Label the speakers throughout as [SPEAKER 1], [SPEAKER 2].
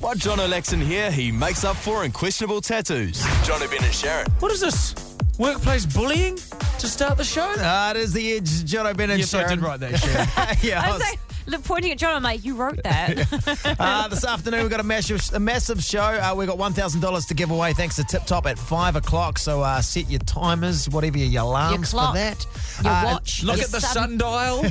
[SPEAKER 1] What John O'Lexon here, he makes up for in questionable tattoos. John Ben and Sharon.
[SPEAKER 2] What is this? Workplace bullying to start the show?
[SPEAKER 3] Ah, it is the edge. John O'Brien and
[SPEAKER 2] yes,
[SPEAKER 3] Sharon.
[SPEAKER 2] I did write that, Sharon.
[SPEAKER 3] yeah, I
[SPEAKER 4] I
[SPEAKER 3] was-
[SPEAKER 4] was like, look, pointing at John, I'm like, you wrote that.
[SPEAKER 3] Uh, this afternoon, we've got a massive, a massive show. Uh, we've got $1,000 to give away thanks to Tip Top at 5 o'clock. So uh, set your timers, whatever your
[SPEAKER 4] your
[SPEAKER 3] alarms
[SPEAKER 4] clock,
[SPEAKER 3] for that.
[SPEAKER 4] your
[SPEAKER 3] Uh,
[SPEAKER 4] watch.
[SPEAKER 2] Look
[SPEAKER 4] your
[SPEAKER 2] at the
[SPEAKER 4] sun-
[SPEAKER 2] sundial.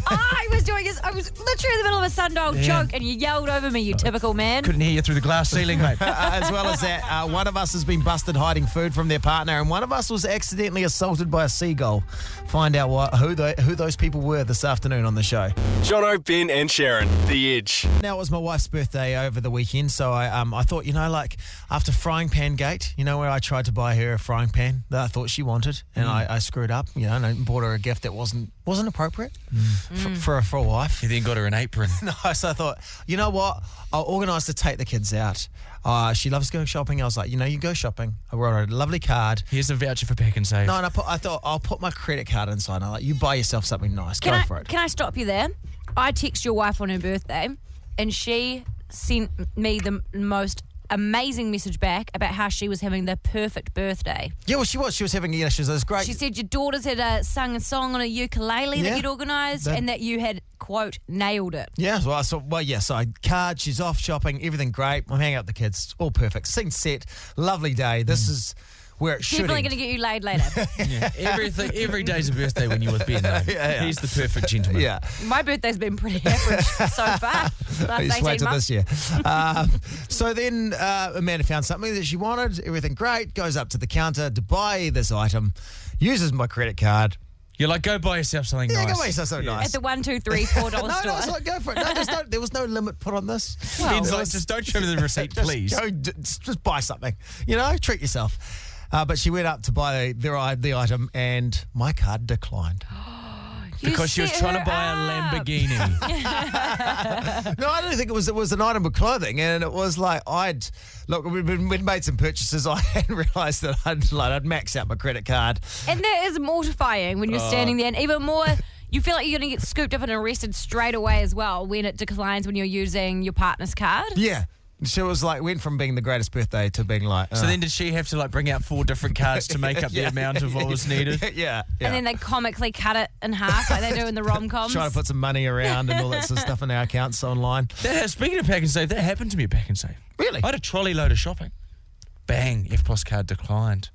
[SPEAKER 4] I was doing this. I was literally in the middle of a sundial joke, and you yelled over me, you typical man.
[SPEAKER 2] Couldn't hear you through the glass ceiling, mate.
[SPEAKER 3] Uh, as well as that, uh, one of us has been busted hiding food from their partner, and one of us was accidentally assaulted by a seagull. Find out what, who, tho- who those people were this afternoon on the show.
[SPEAKER 1] John Ben and Sharon, The Edge.
[SPEAKER 3] Now it was my wife's birthday over the weekend, so I um I thought you know like after frying pan gate, you know where I tried to buy her a frying pan that I thought she wanted, and
[SPEAKER 4] Mm.
[SPEAKER 3] I, I screwed up, you know, and I bought her a gift that wasn't wasn't appropriate
[SPEAKER 4] Mm.
[SPEAKER 3] for, for a for a wife.
[SPEAKER 2] You then got her an apron.
[SPEAKER 3] No, so I thought you know what, I'll organise to take the kids out. Uh, she loves going shopping. I was like, you know, you go shopping. I wrote her a lovely card.
[SPEAKER 2] Here's a voucher for pack and save.
[SPEAKER 3] No, and I put I thought I'll put my credit card inside. And I like you buy yourself something nice.
[SPEAKER 4] Can
[SPEAKER 3] go
[SPEAKER 4] I,
[SPEAKER 3] for it.
[SPEAKER 4] can I stop you there? I text your wife on her birthday, and she sent me the m- most amazing message back about how she was having the perfect birthday.
[SPEAKER 3] yeah, well, she was. She was having you know, she was this great.
[SPEAKER 4] She said your daughters had uh, sung a song on a ukulele
[SPEAKER 3] Yeah.
[SPEAKER 4] that you'd organised,
[SPEAKER 3] That-
[SPEAKER 4] and that you had quote nailed it.
[SPEAKER 3] Yeah, well, so well, yeah. So I card, she's off shopping, everything great. I'm hanging out with the kids, all perfect, scene set, lovely day. This is where it should.
[SPEAKER 4] Definitely
[SPEAKER 3] end.
[SPEAKER 4] going to get you laid later.
[SPEAKER 2] Yeah. Everything, every day's a birthday when you're with Ben. Though.
[SPEAKER 3] yeah.
[SPEAKER 2] He's the perfect gentleman.
[SPEAKER 3] yeah,
[SPEAKER 4] My birthday's been pretty average so far. Last
[SPEAKER 3] just
[SPEAKER 4] 18
[SPEAKER 3] wait till
[SPEAKER 4] months.
[SPEAKER 3] this year. Um, so then uh, Amanda found something that she wanted. Everything great. Goes up to the counter to buy this item. Uses my credit card.
[SPEAKER 2] You're like, go buy yourself something
[SPEAKER 3] Yeah,
[SPEAKER 2] nice.
[SPEAKER 3] go away, so, so nice.
[SPEAKER 4] At the one, two, three, four
[SPEAKER 3] no,
[SPEAKER 4] dollar
[SPEAKER 3] no,
[SPEAKER 4] store.
[SPEAKER 3] it's like, go for it. No, there's no, there was no limit put on this.
[SPEAKER 2] Ben's like, just don't show me the receipt,
[SPEAKER 3] Just
[SPEAKER 2] please.
[SPEAKER 3] go d- just, just buy something. You know, treat yourself. Uh, but she went up to buy the, the, the item, and my card declined.
[SPEAKER 2] Oh.
[SPEAKER 4] You
[SPEAKER 2] Because she was
[SPEAKER 4] set
[SPEAKER 2] trying to
[SPEAKER 4] her
[SPEAKER 2] buy a
[SPEAKER 4] up.
[SPEAKER 2] Lamborghini.
[SPEAKER 3] no, I don't think it was. It was an item of clothing, and it was like I'd look. We'd, been- we'd made some purchases. I hadn't realised that I'd like I'd maxed out my credit card.
[SPEAKER 4] And that is mortifying when you're
[SPEAKER 2] Oh.
[SPEAKER 4] standing there, and even more, you feel like you're going to get scooped up and arrested straight away as well when it declines when you're using your partner's card.
[SPEAKER 3] Yeah, she was like went from being the greatest birthday to being like.
[SPEAKER 2] so then did she have to like bring out four different cards to make up the amount of what was needed?
[SPEAKER 3] yeah, uh, yeah.
[SPEAKER 4] And then they comically cut it in half like they do in the rom coms.
[SPEAKER 3] trying to put some money around and all that sort of stuff in our accounts online.
[SPEAKER 2] That, ha- speaking of pack and save, that happened to me at pack and save.
[SPEAKER 3] Really?
[SPEAKER 2] I had a trolley load of shopping. Bang, F Plus card declined.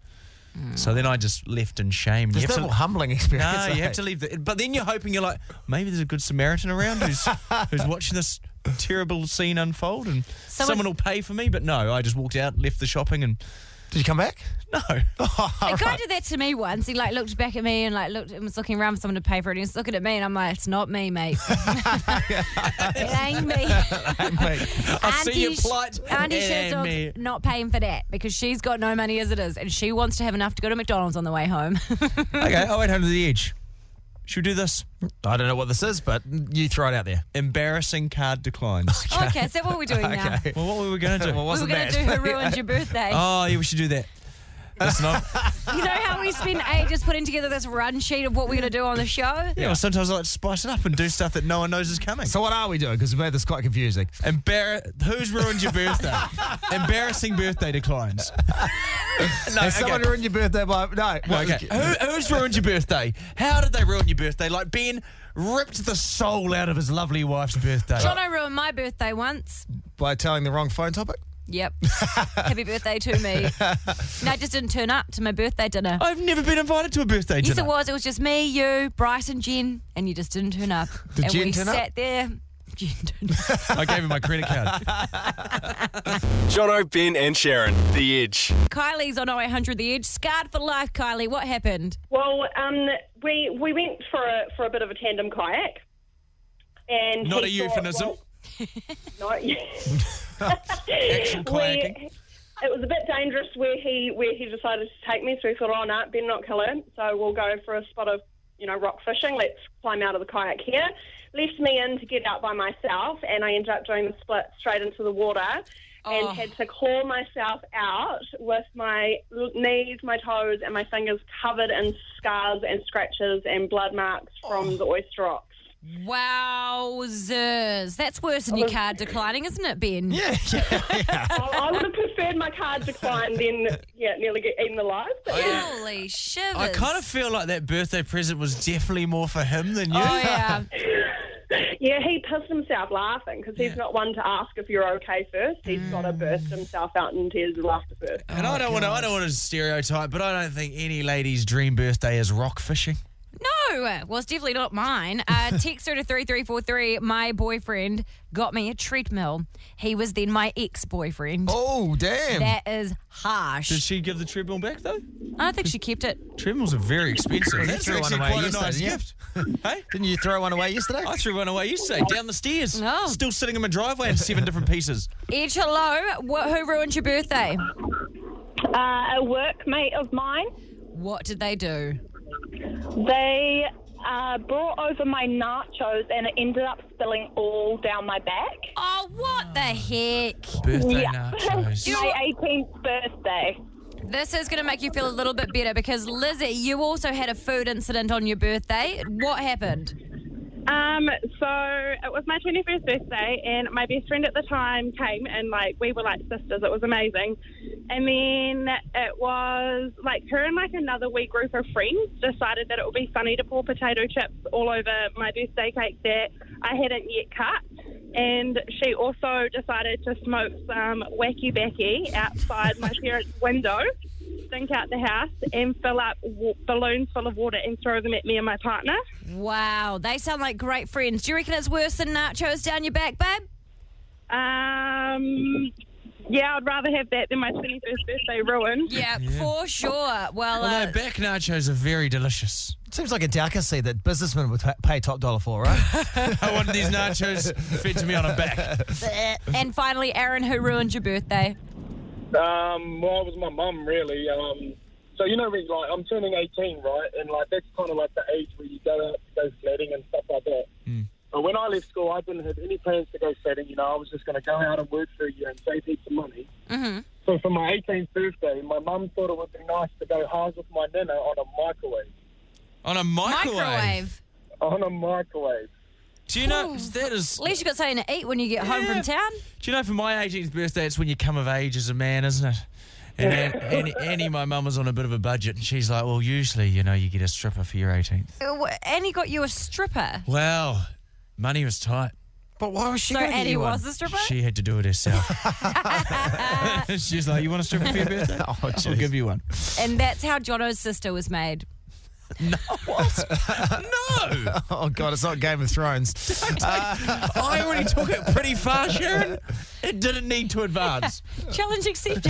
[SPEAKER 2] So then I just left in shame. You
[SPEAKER 3] It's
[SPEAKER 2] have
[SPEAKER 3] a
[SPEAKER 2] to-
[SPEAKER 3] little humbling experience.
[SPEAKER 2] no, you
[SPEAKER 3] eh?
[SPEAKER 2] have to leave. The, but then you're hoping you're like, maybe there's a good Samaritan around who's who's watching this terrible scene unfold, and someone,
[SPEAKER 4] Someone-
[SPEAKER 2] will pay for me. But no, I just walked out, left the shopping, and
[SPEAKER 3] Did you come back?
[SPEAKER 2] no.
[SPEAKER 4] A guy did that to me once. He like looked back at me and like looked and was looking around for someone to pay for it. And he was looking at me and I'm like, it's not me, mate. it ain't me.
[SPEAKER 2] I see your
[SPEAKER 4] Sh-
[SPEAKER 2] plight.
[SPEAKER 4] Auntie
[SPEAKER 2] It ain't
[SPEAKER 4] Shizzle's
[SPEAKER 2] me.
[SPEAKER 4] not paying for that because she's got no money as it is, and she wants to have enough to go to McDonald's on the way home.
[SPEAKER 2] Okay, I went home to the edge. Should we do this?
[SPEAKER 3] I don't know what this is, but you throw it out there.
[SPEAKER 2] Embarrassing card declines.
[SPEAKER 4] okay, so what are we doing now?
[SPEAKER 3] Okay.
[SPEAKER 2] well, what were we going to do?
[SPEAKER 3] Well,
[SPEAKER 4] We were
[SPEAKER 3] wasn't
[SPEAKER 4] going
[SPEAKER 3] that?
[SPEAKER 4] to do who ruined your birthday.
[SPEAKER 2] oh, yeah, we should do that. Listen, I'm-
[SPEAKER 4] You know how we spend ages putting together this run sheet of what we're going to do on the show?
[SPEAKER 2] Yeah, well, sometimes I like to spice it up and do stuff that no one knows is coming.
[SPEAKER 3] So what are we doing? Because we made this quite confusing.
[SPEAKER 2] Embarra- who's ruined your birthday? Embarrassing birthday declines. no,
[SPEAKER 3] Has someone
[SPEAKER 2] okay.
[SPEAKER 3] ruined your birthday by no? what-
[SPEAKER 2] Okay. Who, who's ruined your birthday? How did they ruin your birthday? Like Ben ripped the soul out of his lovely wife's birthday.
[SPEAKER 4] John, I ruined my birthday once.
[SPEAKER 3] By telling the wrong phone topic.
[SPEAKER 4] Yep. Happy birthday to me. No, I just didn't turn up to my birthday dinner.
[SPEAKER 2] I've never been invited to a birthday
[SPEAKER 4] Yes,
[SPEAKER 2] Oh, dinner.
[SPEAKER 4] it was. It was just me, you, Bryce, and Jen, and you just didn't turn up.
[SPEAKER 3] Did
[SPEAKER 4] and
[SPEAKER 3] Jen
[SPEAKER 4] we
[SPEAKER 3] turn up?
[SPEAKER 4] sat there. Jen didn't.
[SPEAKER 2] I gave him my credit card.
[SPEAKER 1] John Ben and Sharon, The Edge.
[SPEAKER 4] Kylie's on 0800 The Edge. Scarred for life, Kylie. What happened?
[SPEAKER 5] Well, um, we we went for a for a bit of a tandem kayak, and
[SPEAKER 2] Not a
[SPEAKER 5] he thought,
[SPEAKER 2] euphemism.
[SPEAKER 5] well, no,
[SPEAKER 2] Actual kayaking.
[SPEAKER 5] We- it was a bit dangerous where he where he decided to take me. So we thought, oh no, better not kill him. So we'll go for a spot of you know rock fishing. Let's climb out of the kayak here. Left me in to get out by myself, and I ended up doing the split straight into the water. And
[SPEAKER 4] Oh.
[SPEAKER 5] had to claw myself out with my l- knees, my toes, and my fingers covered in scars and scratches and blood marks from the oyster rocks.
[SPEAKER 4] Wowzers. That's worse than your card declining, isn't it, Ben?
[SPEAKER 3] Yeah, yeah.
[SPEAKER 5] I, I would have preferred my card declined than yeah, nearly get eaten alive. But yeah.
[SPEAKER 4] Holy shivers.
[SPEAKER 2] I kind of feel like that birthday present was definitely more for him than you.
[SPEAKER 4] Oh, yeah.
[SPEAKER 5] Yeah, he pissed himself laughing because he's not one to ask if you're okay first. He's got to burst himself out in tears of laughter first.
[SPEAKER 2] And I don't want to. I don't want to stereotype, Uh, but I don't think any lady's dream birthday is rock fishing.
[SPEAKER 4] No, well, it's definitely not mine. Uh, text her to 3343. My boyfriend got me a treadmill. He was then my ex boyfriend.
[SPEAKER 3] Oh, damn.
[SPEAKER 4] That is harsh.
[SPEAKER 2] Did she give the treadmill back though?
[SPEAKER 4] I don't think she kept it.
[SPEAKER 2] Treadmills are very expensive. That's
[SPEAKER 3] threw one
[SPEAKER 2] actually
[SPEAKER 3] away
[SPEAKER 2] quite a
[SPEAKER 3] yesterday,
[SPEAKER 2] nice gift.
[SPEAKER 3] didn't
[SPEAKER 2] hey,
[SPEAKER 3] Didn't you throw one away yesterday?
[SPEAKER 2] I threw one away yesterday down the stairs.
[SPEAKER 4] No.
[SPEAKER 2] Still sitting in my driveway in seven different pieces.
[SPEAKER 4] Edge, hello. What, who ruined your birthday?
[SPEAKER 5] Uh, a workmate of mine,
[SPEAKER 4] What did they do?
[SPEAKER 5] they uh, brought over my nachos and it ended up spilling all down my back.
[SPEAKER 4] Oh, what the heck?
[SPEAKER 2] Birthday
[SPEAKER 5] my 18th birthday.
[SPEAKER 4] This is going to make you feel a little bit better because, Lizzie, you also had a food incident on your birthday. What happened?
[SPEAKER 6] Um, so it was my 21st birthday, and my best friend at the time came, and like we were like sisters. It was amazing. And then it was like her and like another wee group of friends decided that it would be funny to pour potato chips all over my birthday cake that I hadn't yet cut. And she also decided to smoke some wacky backy outside my parents' window, stink out the house, and fill up wa- balloons full of water and throw them at me and my partner.
[SPEAKER 4] Wow, they sound like great friends. Do you reckon it's worse than nachos down your back, babe?
[SPEAKER 6] Um, yeah, I'd rather have that than my 21st birthday ruined.
[SPEAKER 4] Yeah, for sure. Well,
[SPEAKER 2] Although
[SPEAKER 4] uh,
[SPEAKER 2] back nachos are very delicious.
[SPEAKER 3] Seems like a delicacy that businessmen would pa- pay top dollar for, right?
[SPEAKER 2] I wanted these nachos fed to me on a back.
[SPEAKER 4] and finally, Aaron, who ruined your birthday?
[SPEAKER 7] Um, well, it was my mum really. Um, so you know, when, like I'm turning 18, right, and like that's kind of like the age where you go out to go sledding and stuff like that. But when I left school, I didn't have any plans to go sledding. You know, I was just going to go out and work for a year and save heaps of money. So for my 18th birthday, my mum thought it would be nice to go hard with my nana on a microwave.
[SPEAKER 2] On a microwave.
[SPEAKER 4] Microwave.
[SPEAKER 7] On a microwave.
[SPEAKER 2] Do you know that is?
[SPEAKER 4] At least you got something to eat when you get home
[SPEAKER 2] Yeah.
[SPEAKER 4] from town.
[SPEAKER 2] Do you know for my 18th birthday, it's when you come of age as a man, isn't it? And Annie, Annie, Annie, my mum was on a bit of a budget, and she's like, "Well, usually, you know, you get a stripper for your 18th."
[SPEAKER 4] Uh, wh- Annie got you a stripper.
[SPEAKER 2] Well, money was tight.
[SPEAKER 3] but why was she
[SPEAKER 4] So
[SPEAKER 3] gonna get
[SPEAKER 4] Annie
[SPEAKER 3] you one?
[SPEAKER 4] was a stripper?
[SPEAKER 2] She had to do it herself. she's like, "You want a stripper for your birthday? I'll give you one."
[SPEAKER 4] And that's how Jono's sister was made.
[SPEAKER 2] No,
[SPEAKER 3] Oh god, it's not Game of Thrones.
[SPEAKER 2] I already took it pretty far, Sharon. It didn't need to advance.
[SPEAKER 4] Challenge accepted.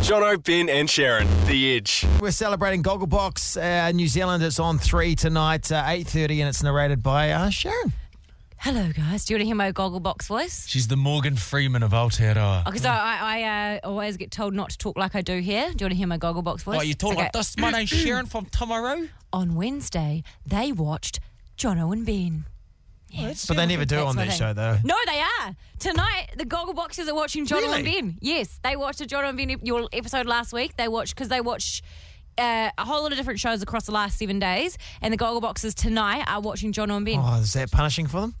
[SPEAKER 1] Jono, Ben, and Sharon, The Edge.
[SPEAKER 3] We're celebrating Gogglebox uh, New Zealand. It's on three tonight, uh, eight thirty, and it's narrated by uh, Sharon.
[SPEAKER 4] Hello, guys. Do you want to hear my Gogglebox voice?
[SPEAKER 2] She's the Morgan Freeman of Aotearoa.
[SPEAKER 4] Because Oh, I, I uh, always get told not to talk like I do here. Do you want to hear my Gogglebox voice?
[SPEAKER 3] Oh,
[SPEAKER 2] What you talking
[SPEAKER 4] Okay.
[SPEAKER 2] like this? My name's Sharon from Tomorrow.
[SPEAKER 4] On Wednesday, they watched Jono and Ben.
[SPEAKER 3] But they never do
[SPEAKER 4] That's
[SPEAKER 3] on
[SPEAKER 4] my
[SPEAKER 3] that
[SPEAKER 4] thing.
[SPEAKER 3] show, though.
[SPEAKER 4] No, they are. Tonight, the Goggleboxes are watching Jono and Ben. Yes, they watched a Jono and Ben ep- your episode last week. They watched, because they watch uh, a whole lot of different shows across the last seven days. And the Goggleboxes tonight are watching Jono and Ben.
[SPEAKER 3] Oh, is that punishing for them?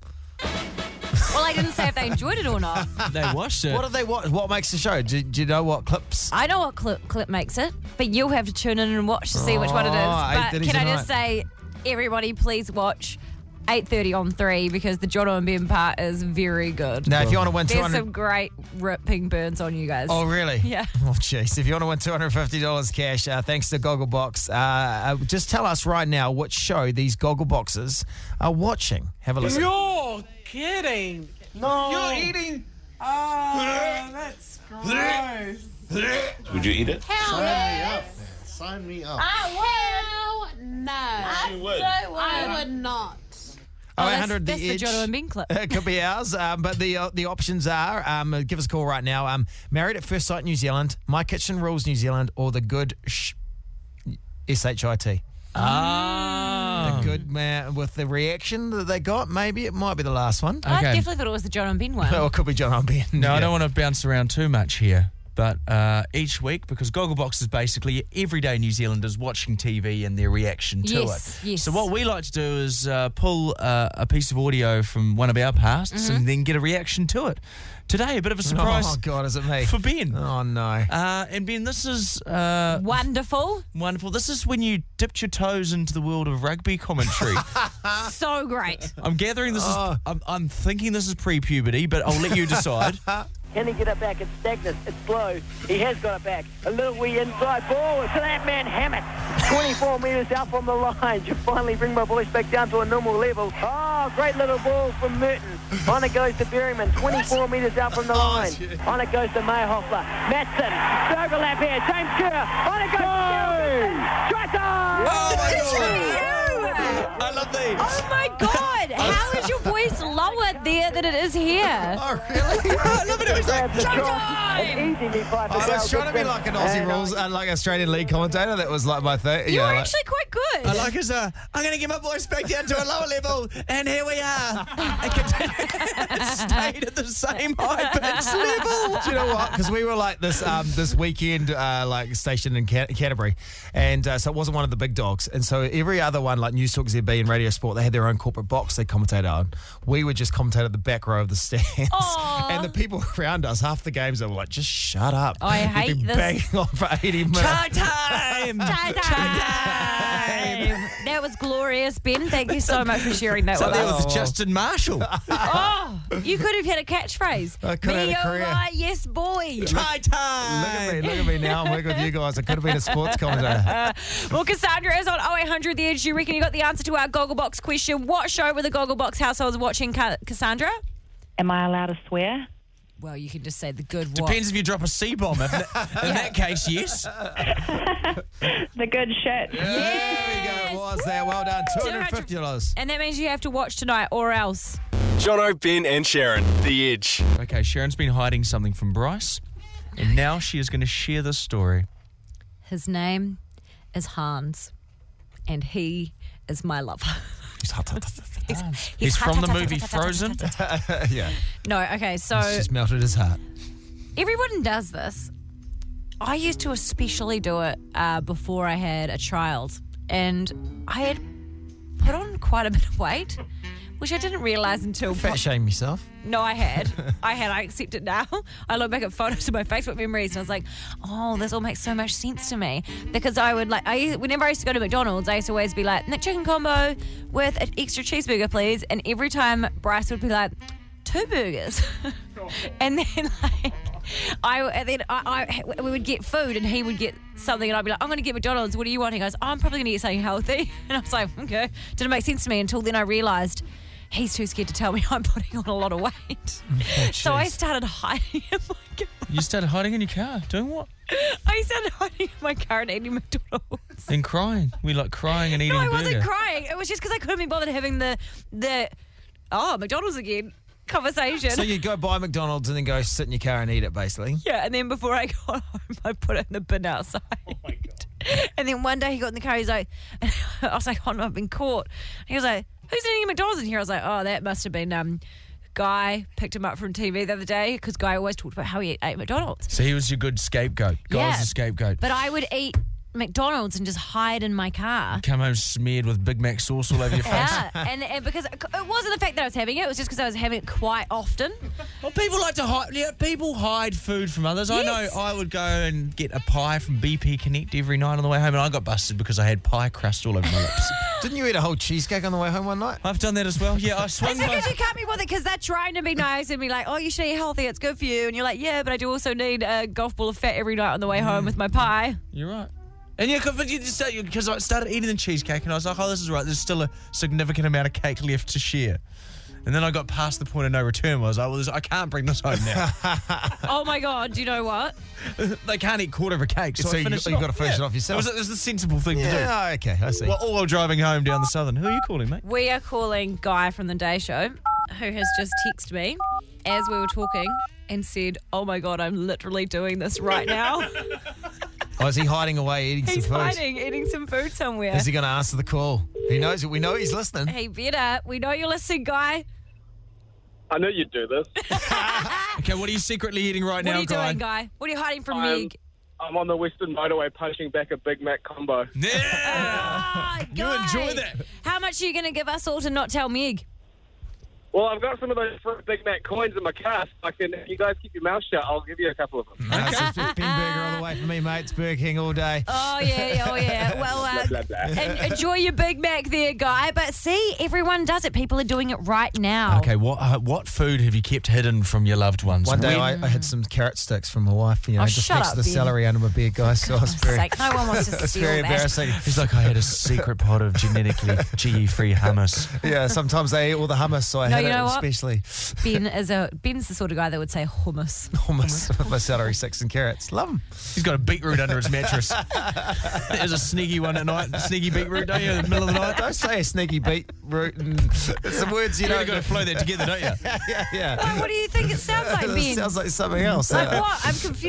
[SPEAKER 4] Well, I didn't say if they enjoyed it or not.
[SPEAKER 2] They watched it.
[SPEAKER 3] What do they? What, what makes the show? Do, do you know what clips?
[SPEAKER 4] I know what clip, clip makes it, but you'll have to tune in and watch to see which one it is.
[SPEAKER 3] Oh,
[SPEAKER 4] But
[SPEAKER 3] 8:30
[SPEAKER 4] can I just say, everybody, please watch 8.30 on 3 because the Jono and Ben part is very good.
[SPEAKER 3] Now, if you want to win two
[SPEAKER 4] There's
[SPEAKER 3] hundred
[SPEAKER 4] some great ripping burns on you guys.
[SPEAKER 3] Oh, really?
[SPEAKER 4] Yeah.
[SPEAKER 3] Oh, jeez. If you want to win $250 cash, uh, thanks to Gogglebox, uh, uh, just tell us right now what show these Goggleboxes are watching. Have a listen.
[SPEAKER 8] You're kidding. No. You're eating. Oh, that's gross.
[SPEAKER 9] Would you eat it?
[SPEAKER 8] Sign me up.
[SPEAKER 10] Sign me up.
[SPEAKER 8] Hell no. I
[SPEAKER 9] would.
[SPEAKER 8] I would not.
[SPEAKER 4] Oh, that's,
[SPEAKER 3] 800
[SPEAKER 4] that's the
[SPEAKER 3] edge.
[SPEAKER 4] Jono and Ben clip.
[SPEAKER 3] It could be ours, um, but the uh, the options are um, uh, give us a call right now. Um, Married at First Sight New Zealand, My Kitchen Rules New Zealand, or The Good Sh- S-H-I-T.
[SPEAKER 2] Ah.
[SPEAKER 3] The Good Man with the reaction that they got. Maybe it might be the last one.
[SPEAKER 4] I
[SPEAKER 2] Okay.
[SPEAKER 3] Oh.
[SPEAKER 4] definitely thought it was the Jono and Ben one.
[SPEAKER 3] Or it could be John Albin.
[SPEAKER 2] No, I don't want to bounce around too much here. But uh, each week, because Gogglebox is basically everyday New Zealanders watching TV and their reaction to
[SPEAKER 4] Yes,
[SPEAKER 2] it.
[SPEAKER 4] yes.
[SPEAKER 2] So what we like to do is uh, pull uh, a piece of audio from one of our pasts and then get a reaction to it. Today, a bit of a surprise
[SPEAKER 3] Mm-hmm. Oh, God, is it me?
[SPEAKER 2] for Ben.
[SPEAKER 3] Oh, no.
[SPEAKER 2] Uh, and Ben, this is uh,
[SPEAKER 4] Wonderful.
[SPEAKER 2] wonderful. This is when you dipped your toes into the world of rugby commentary.
[SPEAKER 4] So great.
[SPEAKER 2] I'm gathering this
[SPEAKER 3] Oh.
[SPEAKER 2] is. I'm, I'm thinking this is pre-puberty, but I'll let you decide.
[SPEAKER 9] Can he get it back? It's stagnant. It's slow. He has got it back. A little wee inside ball to that man Hammett. 24 metres out from the line to finally bring my voice back down to a normal level. Oh, great little ball from Merton. On it goes to Berryman. 24 metres out from the line. On it goes to Mayhoffler. Matson. Overlap here. James Kerr. On it goes to Strata!
[SPEAKER 2] oh my
[SPEAKER 4] It's you.
[SPEAKER 2] I love these.
[SPEAKER 4] Oh my god! How is your voice lower there than it is here?
[SPEAKER 3] Oh, really? I love it. It was like,
[SPEAKER 4] Showtime!
[SPEAKER 9] It's easy, me five
[SPEAKER 3] I was trying to be like an Aussie rules, uh, like Australian league commentator. That was like my thing.
[SPEAKER 4] You
[SPEAKER 3] yeah,
[SPEAKER 4] were
[SPEAKER 3] like-
[SPEAKER 4] actually quite good.
[SPEAKER 2] I like his. Uh, I'm going to get my voice back down to a lower level, and here we are. I can stayed at the same high pitch level.
[SPEAKER 3] Do you know what? Because we were like this um, this weekend, uh, like stationed in Can- Canterbury, and uh, so it wasn't one of the big dogs. And so every other one, like News Talk ZB and Radio Sport, they had their own corporate box they commentated on. We would just commentate at the back row of the stands,
[SPEAKER 4] Aw.
[SPEAKER 3] and the people around us, half the games, they were like, "Just shut up."
[SPEAKER 4] I
[SPEAKER 3] You've
[SPEAKER 4] hate
[SPEAKER 3] been
[SPEAKER 4] this.
[SPEAKER 3] Banging on for eighty minutes.
[SPEAKER 2] time.
[SPEAKER 4] Showtime! That was glorious, Ben. Thank you so much for sharing that
[SPEAKER 2] So
[SPEAKER 4] with
[SPEAKER 2] there
[SPEAKER 4] us.
[SPEAKER 2] was Justin Marshall.
[SPEAKER 4] Oh, you could have had a catchphrase.
[SPEAKER 3] I could have
[SPEAKER 4] Me,
[SPEAKER 3] had a
[SPEAKER 4] oh
[SPEAKER 3] career.
[SPEAKER 4] my, yes, boy.
[SPEAKER 2] Tie
[SPEAKER 3] Look at me, look at me now. I'm working with you guys. I could have been a sports commentator.
[SPEAKER 4] Well, Cassandra is on 0800 The Edge. You reckon you got the answer to our Gogglebox question? What show were the Gogglebox households watching, Ca- Cassandra?
[SPEAKER 10] Am I allowed to swear?
[SPEAKER 4] Well, you can just say the good
[SPEAKER 2] Depends if you drop a C bomb. In that case, yes.
[SPEAKER 10] The good shit.
[SPEAKER 3] There we go. It was there. Well done. Two hundred fifty dollars.
[SPEAKER 4] And that means you have to watch tonight or else.
[SPEAKER 1] Jono, Ben, and Sharon, The Edge.
[SPEAKER 2] Okay, Sharon's been hiding something from Bryce, and now she is going to share this story.
[SPEAKER 4] His name is Hans, and he is my lover.
[SPEAKER 2] He's from the movie Frozen.
[SPEAKER 3] yeah,
[SPEAKER 4] No, okay, so
[SPEAKER 3] just melted his heart.
[SPEAKER 4] everyone does this. I used to especially do it uh, before I had a child, and I had put on quite a bit of weight, which I didn't realise until
[SPEAKER 3] Fat shame yourself.
[SPEAKER 4] No, I had. I had. I accept it now. I look back at photos of my Facebook memories and I was like, oh, this all makes so much sense to me. Because I would like, I whenever I used to go to McDonald's, I used to always be like, Nick chicken combo with an extra cheeseburger, please. And every time Bryce would be like, two burgers. and then like, I and then I, I we would get food and he would get something and I'd be like, I'm gonna get McDonald's. What do you want? He goes, oh, I'm probably gonna get something healthy. And I was like, okay. Didn't make sense to me until then. I realised he's too scared to tell me I'm putting on a lot of weight. so I
[SPEAKER 3] jeez.
[SPEAKER 4] started hiding in my car.
[SPEAKER 2] You started hiding in your car, doing what?
[SPEAKER 4] I started hiding in my car and eating McDonald's.
[SPEAKER 2] And crying. We like crying and eating.
[SPEAKER 4] No, I
[SPEAKER 2] burger.
[SPEAKER 4] wasn't crying. It was just because I couldn't be bothered having the the oh McDonald's again conversation.
[SPEAKER 3] So you go buy McDonald's and then go sit in your car and eat it, basically.
[SPEAKER 4] Yeah, and then before I got home, I put it in the bin outside. Oh my god! And then one day he got in the car. He's like, I was like, "Oh no, I've been caught." And he was like, "Who's eating McDonald's in here?" I was like, "Oh, that must have been um, Guy picked him up from TV the other day because Guy always talked about how he ate, ate McDonald's."
[SPEAKER 2] So he was your good scapegoat. God
[SPEAKER 4] Yeah.
[SPEAKER 2] was the scapegoat.
[SPEAKER 4] But I would eat McDonald's and just hide in my car.
[SPEAKER 2] Come home smeared with Big Mac sauce all over your face.
[SPEAKER 4] Yeah, and, and because it wasn't the fact that I was having it, it was just because I was having it quite often.
[SPEAKER 2] Well, people like to hide. Yeah, people hide food from others. I
[SPEAKER 4] Yes.
[SPEAKER 2] know. I would go and get a pie from BP Connect every night on the way home, and I got busted because I had pie crust all over my lips.
[SPEAKER 3] Didn't you eat a whole cheesecake on the way home one night?
[SPEAKER 2] I've done that as well. Yeah, I swung
[SPEAKER 4] It's because
[SPEAKER 2] my.
[SPEAKER 4] you can't be bothered because they're trying to be nice and be like, oh, you should eat healthy, it's good for you. And you're like, yeah, but I do also need a golf ball of fat every night on the way home with my pie.
[SPEAKER 2] You're right. And yeah, because you just because I started eating the cheesecake, and I was like, oh, this is right. There's still a significant amount of cake left to share. And then I got past the point of no return. Where I was like, well, this, I can't bring this home now.
[SPEAKER 4] oh my God, do you know what?
[SPEAKER 2] they can't eat quarter of a cake, so,
[SPEAKER 3] So
[SPEAKER 2] I
[SPEAKER 3] you-
[SPEAKER 2] finished
[SPEAKER 3] you gotta finish it off yourself.
[SPEAKER 2] It was, it was the sensible thing to do.
[SPEAKER 3] Yeah, okay, I see.
[SPEAKER 2] Well, all while driving home down the southern. Who are you calling, mate?
[SPEAKER 4] We are calling Guy from the Day Show, who has just texted me as we were talking and said, oh my God, I'm literally doing this right now.
[SPEAKER 3] oh, is he hiding away eating
[SPEAKER 4] He's
[SPEAKER 3] some food?
[SPEAKER 4] hiding, eating some food somewhere.
[SPEAKER 3] Is he going to answer the call? He knows it. We know he's listening.
[SPEAKER 4] Hey, better. We know you're listening, Guy.
[SPEAKER 7] I know you'd do this.
[SPEAKER 2] Okay, what are you secretly eating right
[SPEAKER 4] What
[SPEAKER 2] now,
[SPEAKER 4] are you
[SPEAKER 2] Guy?
[SPEAKER 4] doing, Guy? What are you hiding from
[SPEAKER 7] I'm,
[SPEAKER 4] me?
[SPEAKER 7] I'm on the Western Motorway punching back a Big Mac combo.
[SPEAKER 2] Yeah.
[SPEAKER 4] Ah,
[SPEAKER 2] You
[SPEAKER 4] Guy.
[SPEAKER 2] enjoy that.
[SPEAKER 4] How much are you going to give us all to not tell Meg?
[SPEAKER 7] Well, I've got some of those free Big Mac coins in my car. so I can, if you guys keep your mouth shut, I'll give you a couple of them.
[SPEAKER 3] Nah, it's just Ben Burger all the way for me, mate. It's Burger King all day.
[SPEAKER 4] Oh yeah, yeah, oh yeah. Well, uh,
[SPEAKER 7] Blah, blah, blah.
[SPEAKER 4] en- enjoy your Big Mac there, Guy. But see, everyone does it. People are doing it right now.
[SPEAKER 2] Okay, what uh, what food have you kept hidden from your loved ones?
[SPEAKER 3] One day
[SPEAKER 2] When-
[SPEAKER 3] I, I had some carrot sticks from my wife, you know,
[SPEAKER 4] Oh,
[SPEAKER 3] just
[SPEAKER 4] shut
[SPEAKER 3] next
[SPEAKER 4] up,
[SPEAKER 3] to the
[SPEAKER 4] Ben.
[SPEAKER 3] celery under my beard, guys. So I was
[SPEAKER 4] For
[SPEAKER 3] very,
[SPEAKER 4] sake, no one wants to
[SPEAKER 3] it's
[SPEAKER 4] steal
[SPEAKER 3] very
[SPEAKER 4] that.
[SPEAKER 3] embarrassing.
[SPEAKER 2] He's like, I had a secret pot of genetically GE-free hummus.
[SPEAKER 3] yeah, sometimes they eat all the hummus, so I
[SPEAKER 4] No,
[SPEAKER 3] had
[SPEAKER 4] you
[SPEAKER 3] it
[SPEAKER 4] know what?
[SPEAKER 3] especially
[SPEAKER 4] Ben is a Ben's the sort of guy that would say hummus.
[SPEAKER 3] hummus with my celery sticks and carrots. Love them.
[SPEAKER 2] He's got a beetroot under his mattress. There's a sneaky one at night. Sneaky beetroot, don't you? In the middle of the night.
[SPEAKER 3] Don't say a sneaky beetroot and it's the words you
[SPEAKER 2] You
[SPEAKER 3] don't
[SPEAKER 2] really got to flow that together, don't you?
[SPEAKER 3] Yeah, yeah.
[SPEAKER 4] Like, what do you think it sounds like,
[SPEAKER 3] Oh It
[SPEAKER 4] Ben?
[SPEAKER 3] sounds like something else.
[SPEAKER 4] like
[SPEAKER 3] Uh,
[SPEAKER 4] what? I'm confused.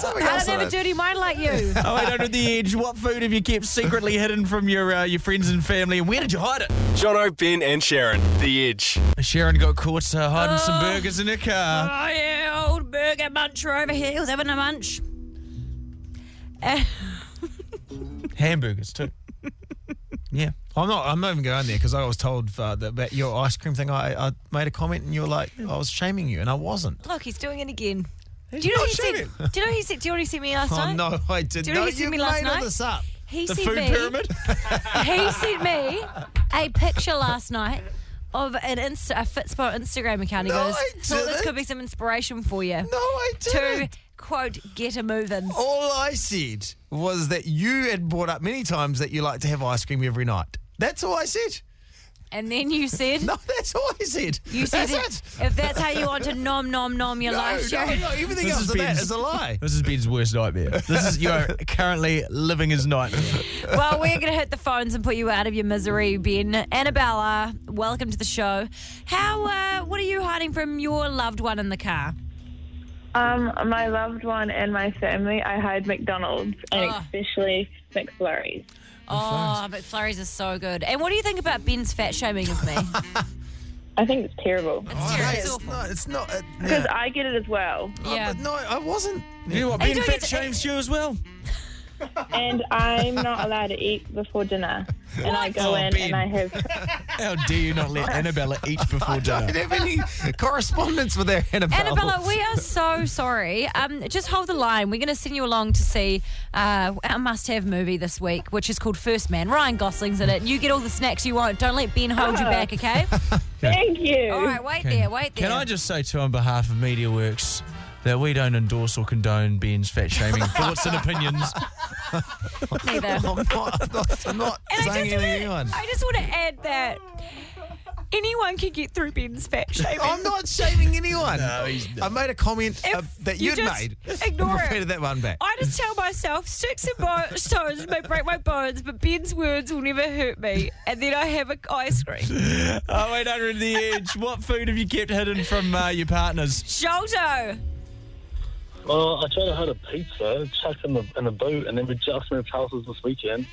[SPEAKER 3] something
[SPEAKER 4] I
[SPEAKER 3] else
[SPEAKER 4] don't have
[SPEAKER 3] on
[SPEAKER 4] a
[SPEAKER 3] it. Uh.
[SPEAKER 4] dirty mind like you.
[SPEAKER 2] Oh, wait, under the edge. What food have you kept secretly hidden from your uh, your friends and family, and where did you hide it?
[SPEAKER 1] Jono, Ben, and Sharon, The Edge.
[SPEAKER 2] Sharon got caught uh, hiding some burgers in her car.
[SPEAKER 4] Oh yeah, old burger muncher over here. He was having a munch. Uh,
[SPEAKER 2] Hamburgers too. yeah.
[SPEAKER 3] I'm not. I'm not even going there because I was told uh, that about your ice cream thing. I, I made a comment and you were like, I was shaming you, and I wasn't.
[SPEAKER 4] look, he's doing it again. Do you know
[SPEAKER 2] not
[SPEAKER 4] what he
[SPEAKER 2] shaming.
[SPEAKER 4] said? Do you know what he said? Do you already see me last
[SPEAKER 3] Oh
[SPEAKER 4] night?
[SPEAKER 3] no, I did
[SPEAKER 4] Do you
[SPEAKER 3] not.
[SPEAKER 4] know he sent
[SPEAKER 3] you
[SPEAKER 4] me
[SPEAKER 3] made
[SPEAKER 4] last
[SPEAKER 3] all
[SPEAKER 4] night?
[SPEAKER 3] this up.
[SPEAKER 4] He
[SPEAKER 2] The
[SPEAKER 4] sent
[SPEAKER 2] food
[SPEAKER 4] me,
[SPEAKER 2] pyramid.
[SPEAKER 4] He sent me a picture last night of an Insta, a Fitspot Instagram account. He
[SPEAKER 3] No,
[SPEAKER 4] goes,
[SPEAKER 3] I
[SPEAKER 4] "Thought this
[SPEAKER 3] didn't.
[SPEAKER 4] could be some inspiration for you
[SPEAKER 3] No, I
[SPEAKER 4] to
[SPEAKER 3] didn't.
[SPEAKER 4] quote get a moving."
[SPEAKER 3] All I said was that you had brought up many times that you like to have ice cream every night. That's all I said.
[SPEAKER 4] And then you said,
[SPEAKER 3] No, that's all I said.
[SPEAKER 4] "You said
[SPEAKER 3] that's
[SPEAKER 4] that if that's how you want to nom nom nom your
[SPEAKER 3] No,
[SPEAKER 4] life,
[SPEAKER 3] no,
[SPEAKER 4] Sharon."
[SPEAKER 3] no, everything
[SPEAKER 2] This
[SPEAKER 3] else
[SPEAKER 2] has
[SPEAKER 3] than
[SPEAKER 2] been-
[SPEAKER 3] that is a lie.
[SPEAKER 2] This has been his worst nightmare. This is you are currently living his nightmare.
[SPEAKER 4] Well, we're going to hit the phones and put you out of your misery, Ben. Annabella, welcome to the show. How? Uh, what are you hiding from your loved one in the car?
[SPEAKER 11] Um, my loved one and my family, I hide McDonald's and
[SPEAKER 4] Ah.
[SPEAKER 11] especially McFlurries.
[SPEAKER 4] Oh, but flurries are so good. And what do you think about Ben's fat shaming of me?
[SPEAKER 11] I think it's terrible
[SPEAKER 4] It's
[SPEAKER 3] Oh,
[SPEAKER 4] terrible.
[SPEAKER 3] hey,
[SPEAKER 4] It's
[SPEAKER 3] it's
[SPEAKER 4] awful.
[SPEAKER 3] not. It's not. uh,
[SPEAKER 11] because
[SPEAKER 3] yeah.
[SPEAKER 11] I get it as well,
[SPEAKER 4] Yeah.
[SPEAKER 3] But no, I wasn't.
[SPEAKER 2] You know what?
[SPEAKER 4] Hey,
[SPEAKER 2] Ben
[SPEAKER 4] don't
[SPEAKER 2] fat
[SPEAKER 4] get-
[SPEAKER 2] shames you as well.
[SPEAKER 11] and I'm not allowed to eat before dinner. And I go
[SPEAKER 2] Oh,
[SPEAKER 11] in
[SPEAKER 2] Ben.
[SPEAKER 11] and I have.
[SPEAKER 2] How dare you not let Annabella eat before
[SPEAKER 3] I
[SPEAKER 2] dinner?
[SPEAKER 3] didn't have any correspondence with her, Annabelle.
[SPEAKER 4] Annabella, we are so sorry. Um, just hold the line. We're going to send you along to see uh, our must-have movie this week, which is called First Man. Ryan Gosling's in it. You get all the snacks you want. Don't let Ben hold
[SPEAKER 3] Ah.
[SPEAKER 4] you back, okay?
[SPEAKER 11] Thank you.
[SPEAKER 4] All right, wait there, wait there.
[SPEAKER 2] Can I just say, too, on behalf of MediaWorks, that we don't endorse or condone Ben's fat shaming thoughts and opinions.
[SPEAKER 4] Neither.
[SPEAKER 3] I'm not, I'm not, I'm not
[SPEAKER 4] And I
[SPEAKER 3] saying
[SPEAKER 4] just,
[SPEAKER 3] anything. on.
[SPEAKER 4] wanna, I just want to add that anyone can get through Ben's fat shaming.
[SPEAKER 3] I'm not shaming anyone.
[SPEAKER 2] No, he's not.
[SPEAKER 3] I made a comment
[SPEAKER 4] If
[SPEAKER 3] uh, that
[SPEAKER 4] you
[SPEAKER 3] you'd
[SPEAKER 4] just
[SPEAKER 3] made.
[SPEAKER 4] ignore it.
[SPEAKER 3] Repeated that one back.
[SPEAKER 4] I just tell myself sticks and bo- stones may break my bones, but Ben's words will never hurt me. And then I have a ice cream.
[SPEAKER 2] oh, wait, under the edge. What food have you kept hidden from uh, your partners?
[SPEAKER 4] Sholto.
[SPEAKER 7] Well, I tried to hide a pizza, chucked in the in the boot, and then we just moved houses this weekend.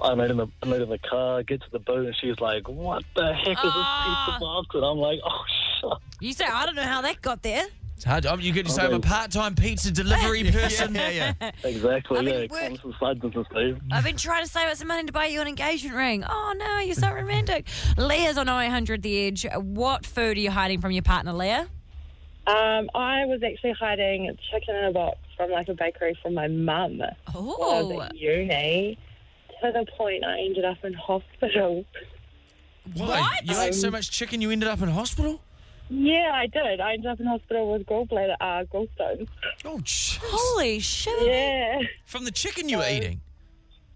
[SPEAKER 7] I made in the I made in the car, get to the boot, and she's like, "What the heck is this
[SPEAKER 4] Ah.
[SPEAKER 7] pizza box?" And I'm like, "Oh shit."
[SPEAKER 4] You say I don't know how that got there.
[SPEAKER 2] It's hard. oh, you could just say I'm a
[SPEAKER 7] Okay.
[SPEAKER 2] part-time pizza delivery person.
[SPEAKER 3] Yeah, yeah.
[SPEAKER 7] Exactly.
[SPEAKER 4] I mean,
[SPEAKER 7] yeah,
[SPEAKER 4] it worked.
[SPEAKER 7] comes inside business, Steve.
[SPEAKER 4] I've been trying to save up some money to buy you an engagement ring. Oh no, you're so romantic. Leah's on 0800 The Edge. What food are you hiding from your partner, Leah?
[SPEAKER 11] Um, I was actually hiding chicken in a box from like a bakery from my mum when I
[SPEAKER 4] Oh,
[SPEAKER 11] was at uni. To the point I ended up in hospital.
[SPEAKER 2] Why?
[SPEAKER 4] What?
[SPEAKER 2] You ate so much chicken you ended up in hospital?
[SPEAKER 11] Yeah, I did. I ended up in hospital with gallbladder uh, gallstones.
[SPEAKER 2] Oh, sh-
[SPEAKER 4] holy shit.
[SPEAKER 11] Yeah.
[SPEAKER 2] from the chicken you were eating.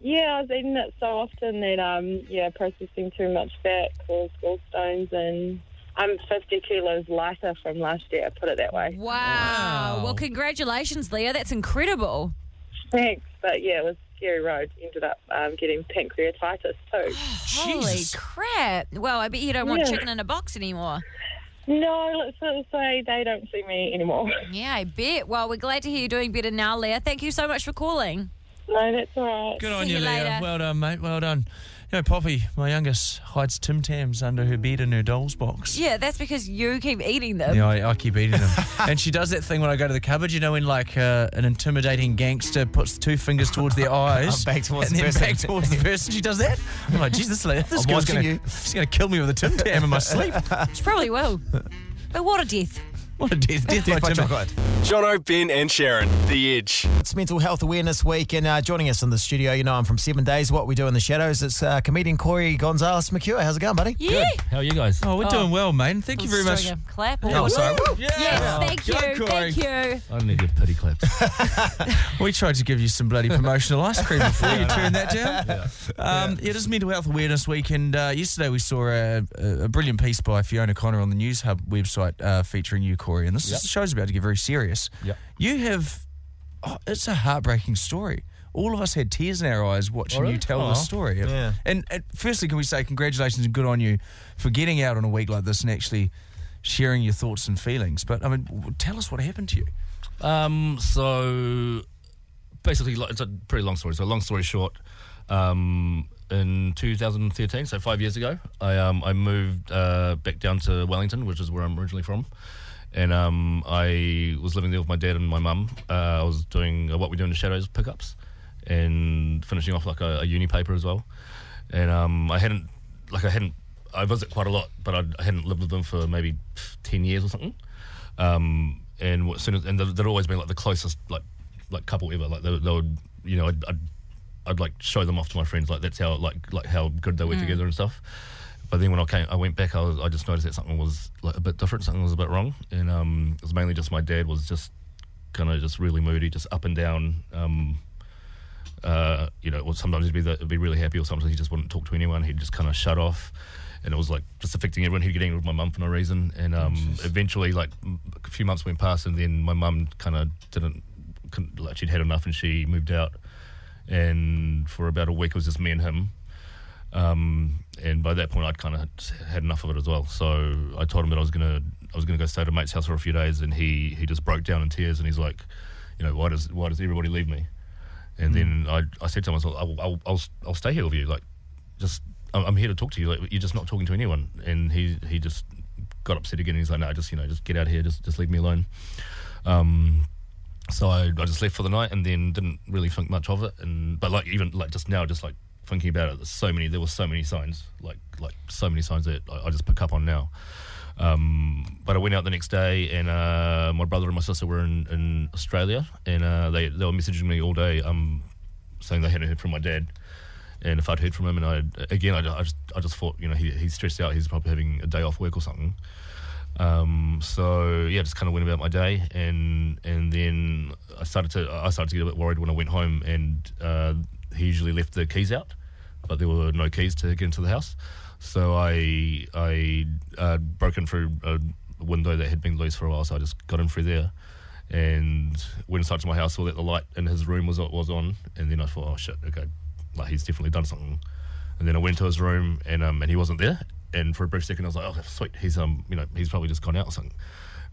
[SPEAKER 11] Yeah, I was eating it so often that um yeah, processing too much fat caused gallstones and I'm fifty kilos lighter from last year, put it that way.
[SPEAKER 4] Wow. Well, congratulations, Leah. That's incredible.
[SPEAKER 11] Thanks. But yeah, it was a scary road. Ended up um, getting pancreatitis too.
[SPEAKER 4] Holy
[SPEAKER 2] Jesus.
[SPEAKER 4] crap. Well, I bet you don't want
[SPEAKER 11] Yeah.
[SPEAKER 4] chicken in a box anymore.
[SPEAKER 11] No, let's sort of say they don't see me anymore.
[SPEAKER 4] Yeah, I bet. Well, we're glad to hear you're doing better now, Leah. Thank you so much for calling.
[SPEAKER 11] No, that's all right.
[SPEAKER 2] Good on
[SPEAKER 4] See
[SPEAKER 2] you,
[SPEAKER 4] you
[SPEAKER 2] Leah.
[SPEAKER 4] later.
[SPEAKER 2] Well done, mate. Well done. You know, Poppy, my youngest, hides Tim Tams under her bed in her doll's box.
[SPEAKER 4] Yeah, that's because you keep eating them.
[SPEAKER 2] Yeah, I, I keep eating them. and she does that thing when I go to the cupboard, you know, when like uh, an intimidating gangster puts two fingers towards their eyes.
[SPEAKER 3] Back towards
[SPEAKER 2] and
[SPEAKER 3] the
[SPEAKER 2] then
[SPEAKER 3] person.
[SPEAKER 2] back towards the person. She does that. I'm like, Jesus, this
[SPEAKER 3] I'm
[SPEAKER 2] girl's
[SPEAKER 3] watching
[SPEAKER 2] gonna,
[SPEAKER 3] you.
[SPEAKER 2] she's gonna kill me with a Tim Tam in my sleep.
[SPEAKER 4] She probably will. But what a death.
[SPEAKER 2] What a death, death,
[SPEAKER 3] Death by
[SPEAKER 2] Tim.
[SPEAKER 3] chocolate.
[SPEAKER 1] Jono, Ben, and Sharon, The Edge.
[SPEAKER 3] It's Mental Health Awareness Week, and uh, joining us in the studio, you know, I'm from Seven Days, What We Do in the Shadows. It's uh, comedian Corey Gonzalez McCure. How's it going, buddy?
[SPEAKER 4] Yeah.
[SPEAKER 12] How are you guys?
[SPEAKER 2] Oh, we're
[SPEAKER 4] Oh.
[SPEAKER 2] doing well, mate. Thank you
[SPEAKER 4] I'm
[SPEAKER 2] very
[SPEAKER 4] just
[SPEAKER 2] much.
[SPEAKER 4] doing a Clap.
[SPEAKER 2] Oh, sorry.
[SPEAKER 4] Yes, thank
[SPEAKER 2] Good,
[SPEAKER 4] you.
[SPEAKER 2] Corey.
[SPEAKER 4] Thank you.
[SPEAKER 12] I don't need your pity claps.
[SPEAKER 2] We tried to give you some bloody promotional ice cream before you turned that down. Um, It is Mental Health Awareness Week, and uh, yesterday we saw a, a, a brilliant piece by Fiona Connor on the News Hub website uh, featuring you, Corey. And this
[SPEAKER 12] Yep.
[SPEAKER 2] is, the show's about to get very serious.
[SPEAKER 12] Yep.
[SPEAKER 2] You have, oh, it's a heartbreaking story. All of us had tears in our eyes watching
[SPEAKER 12] Oh, really?
[SPEAKER 2] you tell
[SPEAKER 12] Oh,
[SPEAKER 2] this story.
[SPEAKER 3] yeah.
[SPEAKER 2] And, and firstly, can we say congratulations and good on you for getting out on a week like this and actually sharing your thoughts and feelings. But I mean, w- tell us what happened to you.
[SPEAKER 12] Um, so basically, lo- it's a pretty long story. So long story short, um, in 2013, so five years ago, I um, I moved uh, back down to Wellington, which is where I'm originally from, and um, I was living there with my dad and my mum. Uh, I was doing uh, what we do in the shadows pickups, and finishing off like a, a uni paper as well, and um, I hadn't like I hadn't I visit quite a lot, but I'd, I hadn't lived with them for maybe ten years or something um, and what, soon as, and they'd always been like the closest like like couple ever. Like they, they would, you know, I'd, I'd I'd like show them off to my friends. Like that's how like like how good they were together and stuff. But then when I came, I went back. I, was, I just noticed that something was like a bit different. Something was a bit wrong, and um, it was mainly just my dad was just kind of just really moody, just up and down. Um, uh, you know, well, sometimes he'd be the, he'd be really happy, or sometimes he just wouldn't talk to anyone. He'd just kind of shut off, and it was like just affecting everyone. He'd get angry with my mum for no reason, and um, eventually, like m- a few months went past, and then my mum kind of didn't couldn't, like she'd had enough, and she moved out. And for about a week, it was just me and him. Um, and by that point, I'd kind of had enough of it as well. So I told him that I was gonna I was gonna go stay at a mate's house for a few days, and he he just broke down in tears, and he's like, you know, why does why does everybody leave me? And then I, I said to him, I was like, I'll, I'll, I'll, I'll stay here with you. Like, just, I'm, I'm here to talk to you. Like, you're just not talking to anyone. And he, he just got upset again. He's like, no, just, you know, just get out of here. Just, just leave me alone. Um, so I, I just left for the night and then didn't really think much of it. And, but like, even like just now, just like thinking about it, there's so many, there were so many signs, like, like so many signs that I, I just pick up on now. Um, but I went out the next day, and uh, my brother and my sister were in, in Australia, and uh, they they were messaging me all day, um, saying they hadn't heard from my dad, and if I'd heard from him, and I again I, ju- I just I just thought you know he, he's stressed out, he's probably having a day off work or something. Um, so yeah, just kind of went about my day, and and then I started to I started to get a bit worried when I went home, and uh, he usually left the keys out, but there were no keys to get into the house, so I I uh, broke in through a window that had been loose for a while, so I just got in through there, and went inside to my house, saw that the light in his room was was on, and then I thought, oh shit, okay, like he's definitely done something, and then I went to his room, and um, and he wasn't there. And for a brief second, I was like, "Oh, sweet, he's um, you know, he's probably just gone out or something."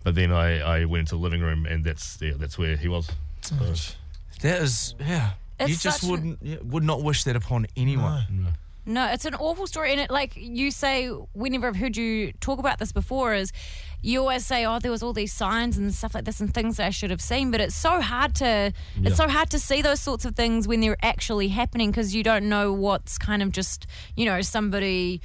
[SPEAKER 12] But then I, I went into the living room, and that's yeah, that's where he was. So,
[SPEAKER 2] That is, yeah.
[SPEAKER 4] It's
[SPEAKER 2] you just
[SPEAKER 4] such an-
[SPEAKER 2] wouldn't yeah, would not wish that upon anyone.
[SPEAKER 4] No, it's an awful story. And it, like you say, whenever I've heard you talk about this before, is you always say, "Oh, there was all these signs and stuff like this and things that I should have seen." But it's so hard to
[SPEAKER 12] Yeah.
[SPEAKER 4] it's so hard to see those sorts of things when they're actually happening because you don't know what's kind of just you know somebody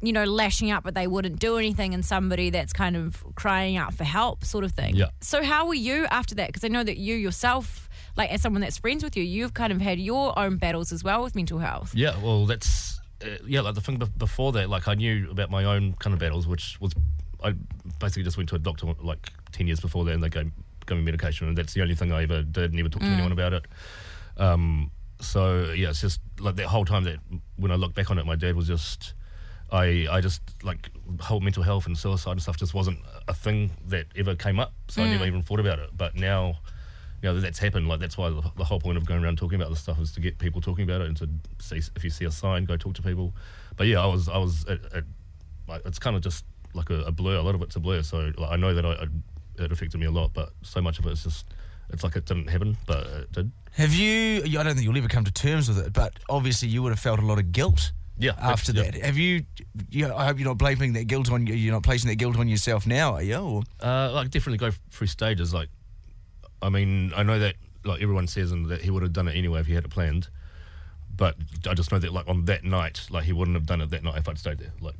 [SPEAKER 4] you know lashing out but they wouldn't do anything and somebody that's kind of crying out for help sort of thing
[SPEAKER 12] Yeah.
[SPEAKER 4] so how were you after that because i know that you yourself like as someone that's friends with you you've kind of had your own battles as well with mental health
[SPEAKER 12] yeah, well, that's uh, yeah, like the thing bef- before that, like I knew about my own kind of battles, which was I basically just went to a doctor like ten years before that, and they gave, gave me medication, and that's the only thing I ever did. Never talked to anyone about it. Um, so yeah, it's just like that whole time that when I look back on it, my dad was just, I, I just like whole mental health and suicide and stuff just wasn't a thing that ever came up. So I never even thought about it. But now, you know, that that's happened. Like that's why the, the whole point of going around talking about this stuff is to get people talking about it and to see if you see a sign, go talk to people. But yeah, I was, I was, it, it, like, it's kind of just like a, a blur. A lot of it's a blur. So like, I know that I, I, it affected me a lot, but so much of it is just It's like it didn't happen, but it did.
[SPEAKER 2] Have you? I don't think you'll ever come to terms with it, but obviously you would have felt a lot of guilt.
[SPEAKER 12] Yeah.
[SPEAKER 2] After
[SPEAKER 12] yeah.
[SPEAKER 2] that, have you? You know, I hope you're not blaming that guilt on you. You're not placing that guilt on yourself now, are you? Or
[SPEAKER 12] Uh, like definitely go through stages. Like, I mean, I know that like everyone says and that he would have done it anyway if he had it planned. But I just know that like on that night, like he wouldn't have done it that night if I'd stayed there. Like,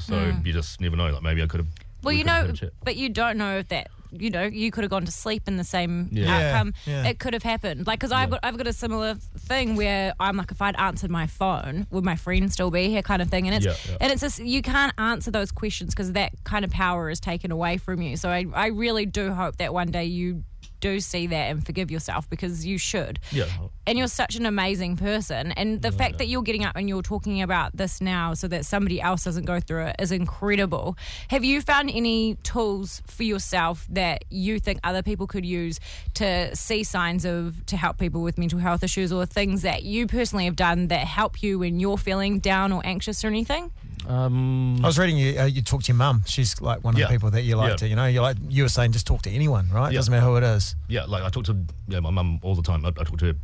[SPEAKER 12] so
[SPEAKER 4] Mm.
[SPEAKER 12] you just never know. Like maybe I could have.
[SPEAKER 4] Well,
[SPEAKER 12] we
[SPEAKER 4] you
[SPEAKER 12] could have
[SPEAKER 4] know,
[SPEAKER 12] had a chat.
[SPEAKER 4] but you don't know if that. You know, you could have gone to sleep in the same
[SPEAKER 12] Yeah. Yeah,
[SPEAKER 4] outcome.
[SPEAKER 12] yeah.
[SPEAKER 4] It could have happened. Like, because I've, got, I've got a similar thing where I'm like, if I'd answered my phone, would my friend still be here, kind of thing. And it's
[SPEAKER 13] Yeah, yeah.
[SPEAKER 4] and it's just you can't answer those questions because that kind of power is taken away from you. So I, I really do hope that one day you do see that and forgive yourself because you should
[SPEAKER 12] Yeah.
[SPEAKER 4] and you're such an amazing person. And the fact that you're getting up and you're talking about this now so that somebody else doesn't go through it is incredible. Have you found any tools for yourself that you think other people could use to see signs of to help people with mental health issues or things that you personally have done that help you when you're feeling down or anxious or anything?
[SPEAKER 12] Um,
[SPEAKER 3] I was reading you. Uh, you talked to your mum. She's like one of
[SPEAKER 12] Yeah.
[SPEAKER 3] the people that you like
[SPEAKER 12] Yeah.
[SPEAKER 3] to. You know, you like you were saying, just talk to anyone, right?
[SPEAKER 12] Yeah.
[SPEAKER 3] Doesn't matter who it is.
[SPEAKER 12] Yeah, like I talk to yeah my mum all the time. I, I talk to her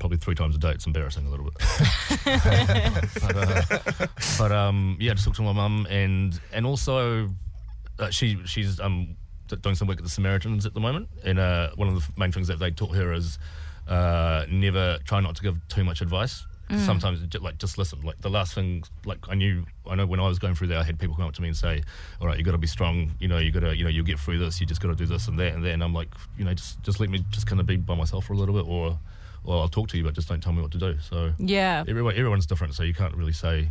[SPEAKER 12] probably three times a day. It's embarrassing a little bit. but, uh, but, um, yeah, just talk to my mum and and also uh, she she's um d- doing some work at the Samaritans at the moment, and uh, one of the f- main things that they taught her is uh, never try not to give too much advice.
[SPEAKER 14] Mm.
[SPEAKER 12] Sometimes, ju- like, just listen. Like the last thing, like I knew, I know when I was going through there, I had people come up to me and say, "All right, you got to be strong. You know, you got to, you know, you will get through this. You just got to do this and that and that." And I'm like, you know, just just let me just kind of be by myself for a little bit, or, or I'll talk to you, but just don't tell me what to do. So
[SPEAKER 4] Yeah.
[SPEAKER 12] everyone everyone's different, so you can't really say,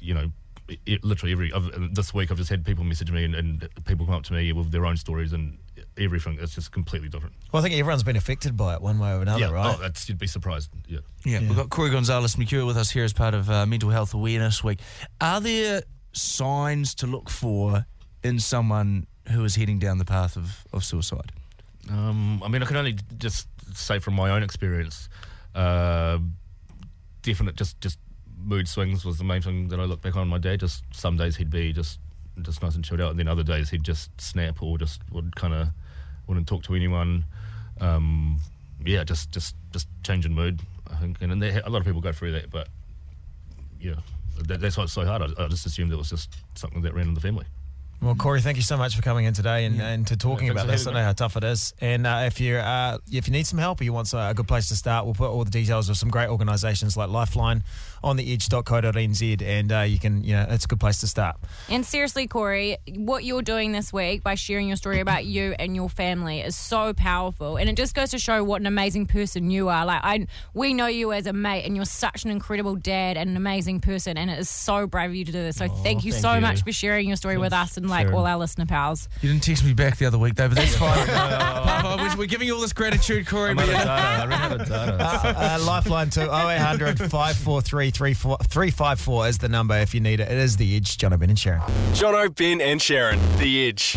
[SPEAKER 12] you know, it, it- literally every I've, this week I've just had people message me and, and people come up to me with their own stories and everything. It's just completely different.
[SPEAKER 3] Well, I think everyone's been affected by it one way or another,
[SPEAKER 12] yeah,
[SPEAKER 3] right?
[SPEAKER 12] oh, that's you'd be surprised. Yeah.
[SPEAKER 2] Yeah, we've got Corey Gonzalez McCure with us here as part of uh, Mental Health Awareness Week. Are there signs to look for in someone who is heading down the path of, of suicide?
[SPEAKER 12] Um, I mean, I can only just say from my own experience, uh, definite just just mood swings was the main thing that I look back on my day. Just some days he'd be just just nice and chilled out, and then other days he'd just snap or just would kind of wouldn't talk to anyone. Um, yeah, just just just change in mood. I think, and, and they, a lot of people go through that, but yeah, that, that's why it's so hard. I, I just assumed it was just something that ran in the family.
[SPEAKER 3] Well, Corey, thank you so much for coming in today and, and to talking
[SPEAKER 12] Yeah, thanks
[SPEAKER 3] about
[SPEAKER 12] for
[SPEAKER 3] this. I
[SPEAKER 12] having
[SPEAKER 3] know
[SPEAKER 12] me.
[SPEAKER 3] how tough it is. And uh, if you uh, if you need some help or you want so- a good place to start, we'll put all the details of some great organisations like Lifeline on the edge.co.nz and uh, you can, you know, it's a good place to start.
[SPEAKER 4] And seriously, Corey, what you're doing this week by sharing your story about you and your family is so powerful, and it just goes to show what an amazing person you are. Like I, we know you as a mate, and you're such an incredible dad and an amazing person, and it is so brave of you to do this. So thank you
[SPEAKER 2] Oh, thank
[SPEAKER 4] so
[SPEAKER 2] you.
[SPEAKER 4] much for sharing your story with us and like
[SPEAKER 2] Sharon.
[SPEAKER 4] all our listener pals.
[SPEAKER 2] You didn't text me back the other week, though, but that's fine. We're- We're giving you all this gratitude, Corey. but-
[SPEAKER 3] Uh, Lifeline to 0800 543 354 is the number if you need it. It is the edge. John Ben and Sharon.
[SPEAKER 1] Jono, Ben, and Sharon, The Edge.